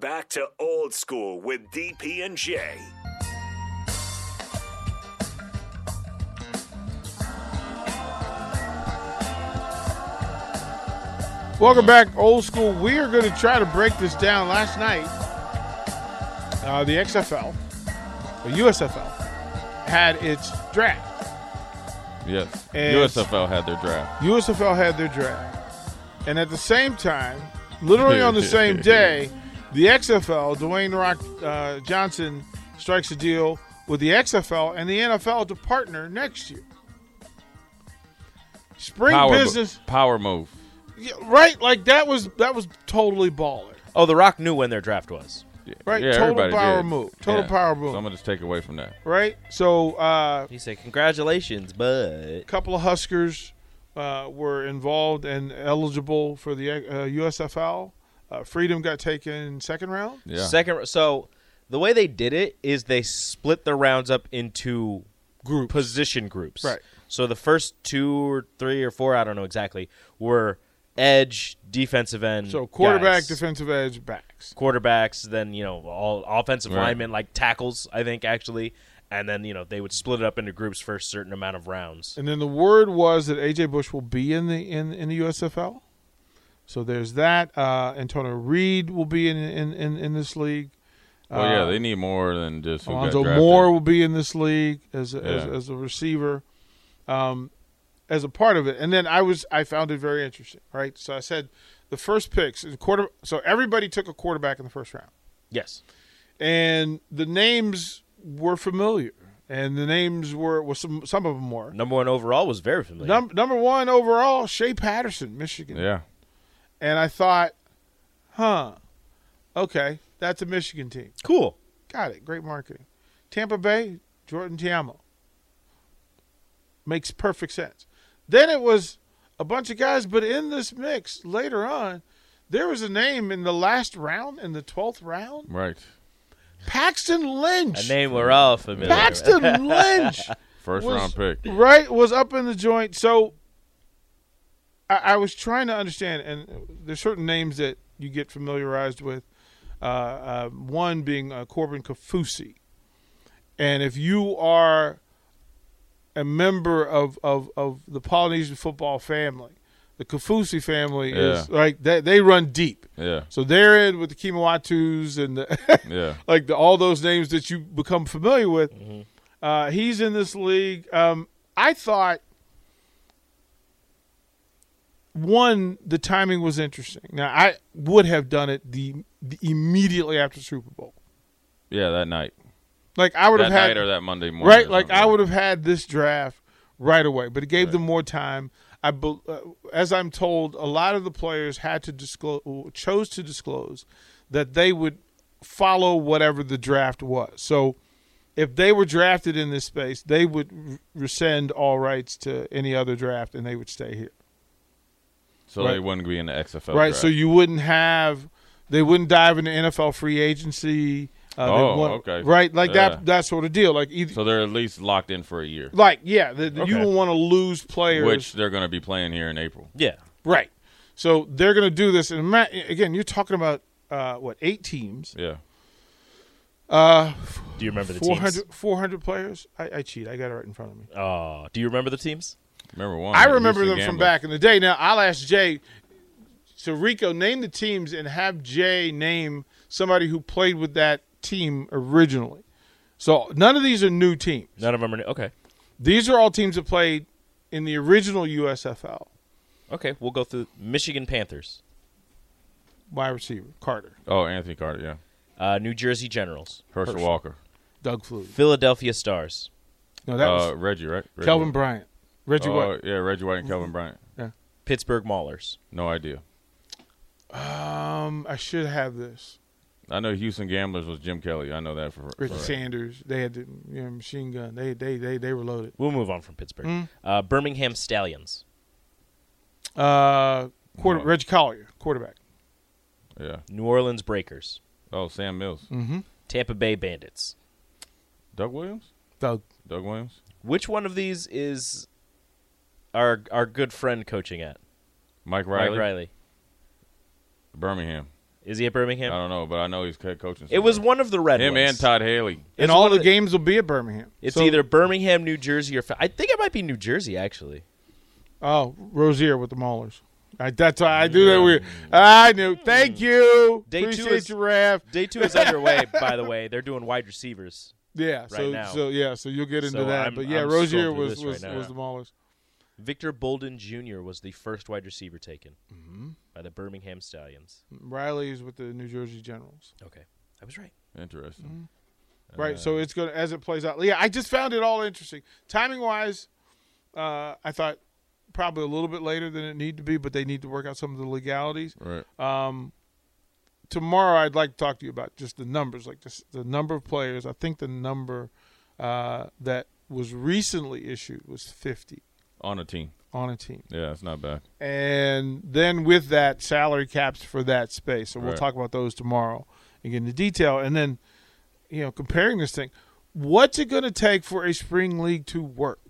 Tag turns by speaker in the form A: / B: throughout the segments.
A: Back to old school with DP and J.
B: Welcome back, old school. We are going to try to break this down. Last night, uh, the XFL, the USFL, had its draft.
C: Yes.
B: And-
C: USFL had their draft.
B: USFL had their draft. And at the same time, literally on the same day, the XFL, Dwayne The Rock uh, Johnson, strikes a deal with the XFL and the NFL to partner next year. Spring
C: Power, mo-
B: business,
C: power move.
B: yeah, right? Like that was that was totally baller.
D: Oh, The Rock knew when their draft was.
C: Yeah,
B: Right,
C: yeah,
B: total
C: everybody
B: power
C: did.
B: move, total
C: Yeah.
B: power move.
C: So I'm gonna just take away from that.
B: right? So uh,
D: He said, "Congratulations, but
B: couple of Huskers uh, were involved and eligible for the uh, USFL. Uh, Freedom got taken second round.
C: Yeah.
D: second." So the way they did it is they split the rounds up into
B: Groups.
D: position groups.
B: Right.
D: So the first two or three or four, I don't know exactly, were edge, defensive end.
B: So quarterback,
D: guys.
B: defensive edge, backs.
D: quarterbacks, then you know all offensive
C: Right.
D: linemen like tackles, I think actually, and then you know they would split it up into groups for a certain amount of rounds.
B: And then the word was that AJ Bush will be in the in, in the USFL. So there's that. Uh, Antonio Reed will be in in, in, in this league.
C: Well, Oh, yeah, they need more than just who got
B: Uh, Alonzo
C: drafted.
B: Moore will be in this league as a, as,
C: Yeah.
B: as a receiver, um, as a part of it. And then I was I found it very interesting. Right, so I said the first picks the quarter. So everybody took a quarterback in the first round,
D: Yes,
B: and the names were familiar, and the names were well some some of them were.
D: number one overall was very familiar.
B: Num- number one overall, Shea Patterson, Michigan.
C: Yeah.
B: And I thought, huh, okay, that's a Michigan team.
D: cool.
B: Got it. Great marketing. Tampa Bay, Jordan Tiamo. Makes perfect sense. Then it was a bunch of guys, but in this mix later on, there was a name in the last round, in the 12th round
C: Right.
B: Paxton
D: A
B: Lynch.
D: name we're all familiar. with.
B: Paxton Lynch.
C: First
B: Was-
C: round pick.
B: Right, was up in the joint. So I, I was trying to understand, and there's certain names that you get familiarized with. Uh, uh, one being uh, Corbin Kafusi, and if you are a member of, of, of the Polynesian football family, the Kafusi family is
C: Yeah.
B: like they, they run deep.
C: Yeah.
B: So they're in with the Kimawatus and the
C: Yeah.
B: like the, all those names that you become familiar with.
C: Mm-hmm.
B: Uh, he's in this league. Um, I thought one the timing was interesting. Now I would have done it the, the immediately after Super Bowl.
C: Yeah. That night.
B: Like I would
C: That
B: have had
C: night or that Monday morning.
B: right.
C: or
B: Like
C: something.
B: I would have had this draft right away, but it gave them more time. I, bel- uh, as I'm told, a lot of the players had to disclose, chose to disclose that they would follow whatever the draft was. So, if they were drafted in this space, they would r- rescind all rights to any other draft, and they would stay here.
C: So
B: right.
C: they wouldn't be in the XFL.
B: right.
C: draft.
B: So you wouldn't have, they wouldn't dive into NFL free agency. Uh, they
C: Oh,
B: wouldn't-
C: okay.
B: Right, like
C: Yeah.
B: that that sort of deal. Like either,
C: So they're at least locked in for a year,
B: Like, yeah, the, the- you
D: Okay.
B: will want to lose players.
C: which they're going to be playing here in April.
D: Yeah,
B: right. So they're going to do this. And Matt, again, you're talking about, uh, what, eight teams?
C: Yeah.
D: do you remember the teams?
B: 400, 400 players? I, I cheat. I got it right in front of me.
D: Oh, do you remember the teams?
C: Remember one?
B: I
C: we
B: remember
C: used to
B: them from
C: gamble.
B: back in the day. Now, I'll ask Jay. So, Rico, name the teams and have Jay name somebody who played with that team originally. So, none of these are new teams.
D: None of them are new. Okay,
B: These are all teams that played in the original USFL.
D: okay, we'll go through Michigan Panthers,
B: Wide receiver, Carter,
C: Oh, Anthony Carter. Yeah.
D: uh, New Jersey Generals,
C: Herschel, Walker.
B: Doug Flutie.
D: Philadelphia Stars.
B: No, that was
C: Uh, Reggie, right? Reggie
B: Kelvin
C: White.
B: Bryant. Reggie
C: Oh,
B: White.
C: Yeah, Reggie White and Kelvin Bryant.
D: Pittsburgh Maulers,
C: No idea.
B: Um, I should have this.
C: I know Houston Gamblers was Jim Kelly. I know that for. for
B: Richard Sanders. They had the you know, machine gun. They they they they were loaded.
D: We'll move on from Pittsburgh. Uh, Birmingham Stallions.
B: Uh, quarter
C: Wow.
B: Reggie Collier, quarterback.
C: yeah.
D: New Orleans Breakers.
C: Oh, Sam Mills.
D: Tampa Bay Bandits.
C: Doug Williams.
B: Doug.
C: Doug Williams.
D: Which one of these is our our good friend coaching at?
C: Mike Riley.
D: Mike Riley.
C: Birmingham.
D: Is he at Birmingham?
C: I don't know, but I know he's head coaching.
D: It was one of the red
C: Uh, him
D: ones.
C: and Todd Haley.
D: It's
B: and all
D: one
B: the
D: of the-
B: games will be at Birmingham.
D: It's
B: So-
D: either Birmingham, New Jersey, or Fa- I think it might be New Jersey actually.
B: oh Rozier with the Maulers. I, that's why I do that weird. I knew. Thank you.
D: Day two
B: Appreciate
D: is-
B: your ref.
D: Day two is underway. by the way, they're doing wide receivers.
B: Yeah. So
D: right now.
B: so yeah. So you'll get into
D: So
B: that.
D: I'm-
B: but yeah,
D: I'm
B: Rozier
D: scrolling through
B: was
D: this
B: was,
D: right now.
B: was the Maulers.
D: Victor Bolden Jr. was the first wide receiver taken
B: Mm-hmm.
D: by the Birmingham Stallions.
B: Riley's with the New Jersey Generals.
D: Okay, I was right.
C: Interesting.
B: right? so it's gonna as it plays out. Yeah, I just found it all interesting. Timing wise, uh, I thought probably a little bit later than it needed to be, but they need to work out some of the legalities.
C: Right.
B: Tomorrow, I'd like to talk to you about just the numbers, like this, the number of players. I think the number uh, that was recently issued was 50
C: On a team.
B: on a team,
C: Yeah, it's not bad.
B: and then with that, salary caps for that space. So we'll
C: Right.
B: talk about those tomorrow and get into detail, and then you know comparing this thing. What's it going to take for a spring league to work?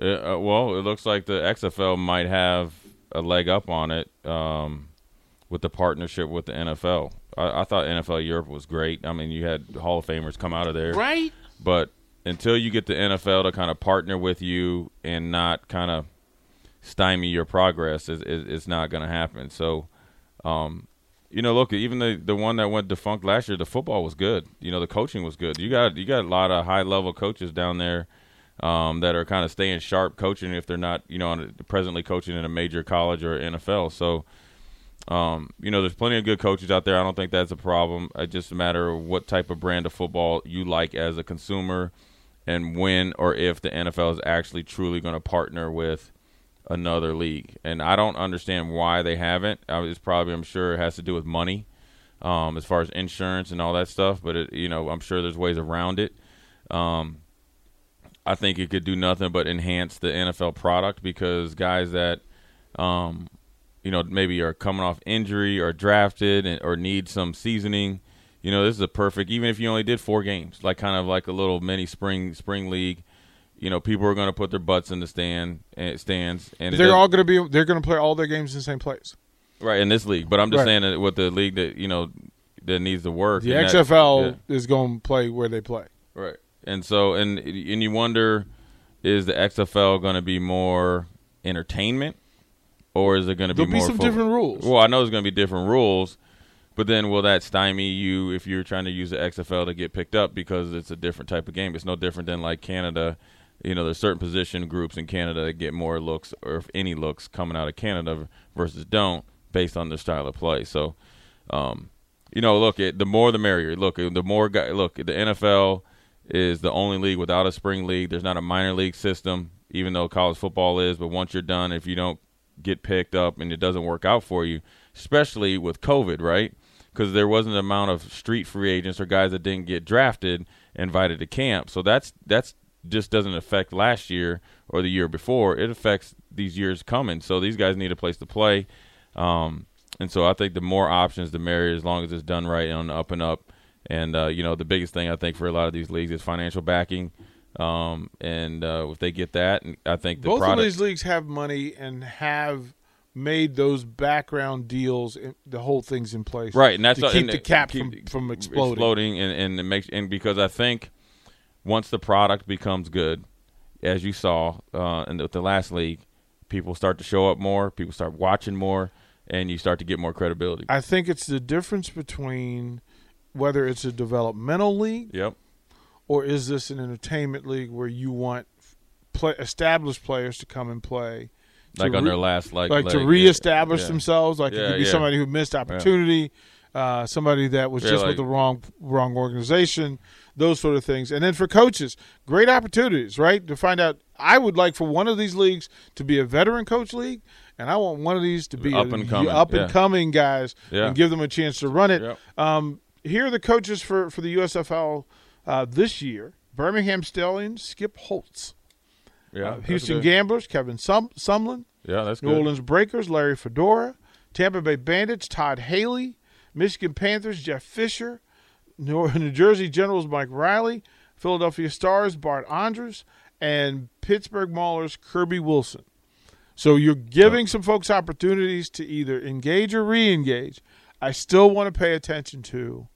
C: Uh, uh, well, it looks like the XFL might have a leg up on it um, with the partnership with the NFL. I, I thought NFL Europe was great. I mean, you had Hall of Famers come out of there,
B: Right?
C: But until you get the NFL to kind of partner with you and not kind of stymie your progress, it, it, it's not going to happen. So, um, you know, look, even the the one that went defunct last year, the football was good. You know, the coaching was good. You got you got a lot of high level coaches down there. Um, that are kind of staying sharp coaching if they're not, you know, on a- presently coaching in a major college or NFL. So, um, you know, there's plenty of good coaches out there. I don't think that's a problem. It's just a matter of what type of brand of football you like as a consumer and when or if the NFL is actually truly going to partner with another league. And I don't understand why they haven't. I was- It's probably, I'm sure, it has to do with money um, as far as insurance and all that stuff. But, it, you know, I'm sure there's ways around it. Um, I think it could do nothing but enhance the NFL product because guys that – you know maybe are coming off injury or drafted and, or need some seasoning you know this is a perfect even if you only did four games like kind of like a little mini spring spring league you know people are going to put their butts in the stand and stands and it
B: They're
C: doesn't-
B: all going to be. They're going to play all their games in the same place.
C: right in this league but i'm just
B: Right.
C: saying that with the league that you know that needs to work
B: The
C: and that-
B: XFL
C: yeah.
B: is going to play where they play.
C: Right. And so and and you wonder is the XFL going to be more entertainment or is it going to be
B: There'll be
C: more
B: some
C: fo-
B: different rules.
C: Well, I know there's going to be different rules, but then will that stymie you if you're trying to use the XFL to get picked up because it's a different type of game. It's no different than like Canada. You know, there's certain position groups in Canada that get more looks or if any looks coming out of Canada versus don't based on their style of play. So, um, you know, look, it, the more the merrier. Look, the more guy. Look, the NFL is the only league without a spring league. There's not a minor league system, even though college football is. But once you're done, if you don't get picked up and it doesn't work out for you, especially with COVID, right? Because there wasn't an amount of street free agents or guys that didn't get drafted invited to camp. So that's that's just doesn't affect last year or the year before. It affects these years coming. So these guys need a place to play. Um, and so I think the more options, the merrier, as long as it's done right and on the up and up. And uh, you know, the biggest thing I think for a lot of these leagues is financial backing. Um, and uh, if they get that, and I think the
B: Both
C: product,
B: of these leagues have money and have made those background deals. and The whole thing's in place,
C: right, and that's
B: to
C: uh,
B: keep
C: and
B: the
C: it-
B: cap
C: keep
B: from,
C: it
B: from exploding.
C: and and it makes and because I think once the product becomes good, as you saw uh, in the, the last league, people start to show up more, people start watching more, and you start to get more credibility.
B: I think it's the difference between whether it's a developmental league
C: yep.
B: or is this an entertainment league where you want play, established players to come and play, to
C: Like on
B: re-
C: their last like
B: like to
C: leg. Yeah.
B: reestablish
C: Yeah.
B: themselves. Like it
C: Yeah,
B: could be
C: yeah.
B: somebody who missed opportunity, uh, somebody that was
C: Yeah,
B: just with
C: like-
B: the wrong wrong organization, those sort of things. And then for coaches, great opportunities, right? To find out, I would like for one of these leagues to be a veteran coach league, and I want one of these to be
C: Up
B: a-
C: and coming,
B: up and
C: yeah.
B: coming guys,
C: Yeah.
B: and give them a chance to run it.
C: Yep.
B: Um, here are the coaches for for the USFL uh, this year: Birmingham Stallions, Skip Holtz,
C: Yeah,
B: uh,
C: that's
B: Houston
C: good.
B: Gamblers, Kevin Sum- Sumlin,
C: Yeah, that's
B: New
C: good.
B: Orleans Breakers, Larry Fedora, Tampa Bay Bandits, Todd Haley, Michigan Panthers, Jeff Fisher, New, New Jersey Generals, Mike Riley, Philadelphia Stars, Bart Andrews, and Pittsburgh Maulers, Kirby Wilson. So you're giving some folks opportunities to either engage or re engage. I still want to pay attention to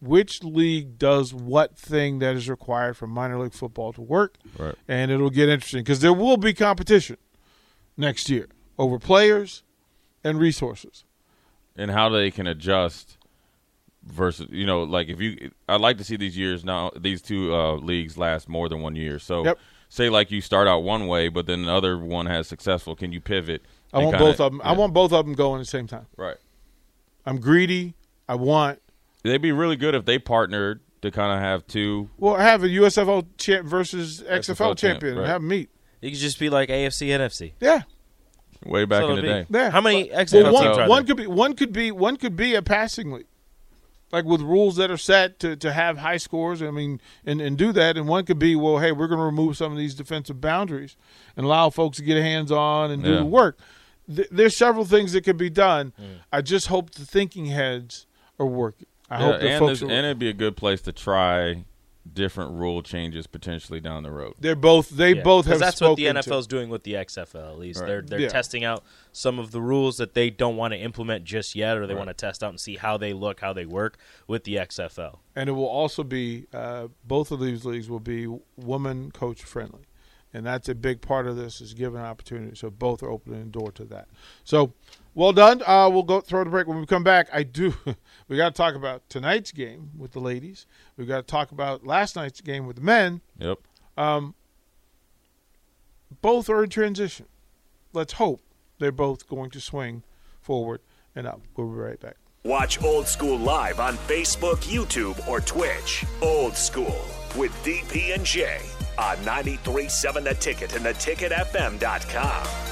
B: which league does what thing that is required for minor league football to work.
C: Right.
B: And it'll get interesting because there will be competition next year over players and resources.
C: and how they can adjust versus you know like if you i like to see these years now these two uh, leagues last more than one year so
B: Yep.
C: say like you start out one way but then the other one has successful can you pivot
B: I
C: and
B: want
C: kinda-
B: both of them. I
C: yeah.
B: want both of them going at the same time.
C: right
B: I'm greedy. I want.
C: they'd be really good if they partnered to kind of have two
B: Well, I have a USFL champ versus
C: XFL
B: XFL,
C: champ,
B: champion and
C: right.
B: have them meet.
D: It could just be like AFC, NFC.
B: Yeah,
C: way back
D: So
C: in the
D: it'll
C: day
D: be-
B: yeah.
D: How many XFL
B: Well,
D: teams are
B: one, one
D: there?
B: could be one could be one could be a passing league, like with rules that are set to, to have high scores. I mean, and, and do that. And one could be, well, hey, we're going to remove some of these defensive boundaries and allow folks to get hands on and do
C: Yeah.
B: the work. Th- there's several things that could be done. I just hope the thinking heads are working. I
C: Yeah,
B: hope the
C: and,
B: folks
C: this-
B: are.
C: and it'd be a good place to try different rule changes potentially down the road
B: they're both. They
D: Yeah,
B: both
D: 'cause
B: have.
D: that's what the
B: spoken to-
D: NFL's doing with the XFL. At least
C: Right.
D: they're they're
B: Yeah.
D: testing out some of the rules that they don't want to implement just yet, or they want to test out and see how they look, how they work with the XFL.
B: and it will also be uh, both of these leagues will be woman coach friendly and that's a big part of this is giving opportunity so both are opening the door to that so well done uh, we'll go throw the break when we come back i do we got to talk about tonight's game with the ladies we got to talk about last night's game with the men
C: yep
B: both are in transition let's hope they're both going to swing forward and up we'll be right back
A: Watch Old School live on Facebook, YouTube, or Twitch. Old School with DP and J on 937 The Ticket and theticketfm.com.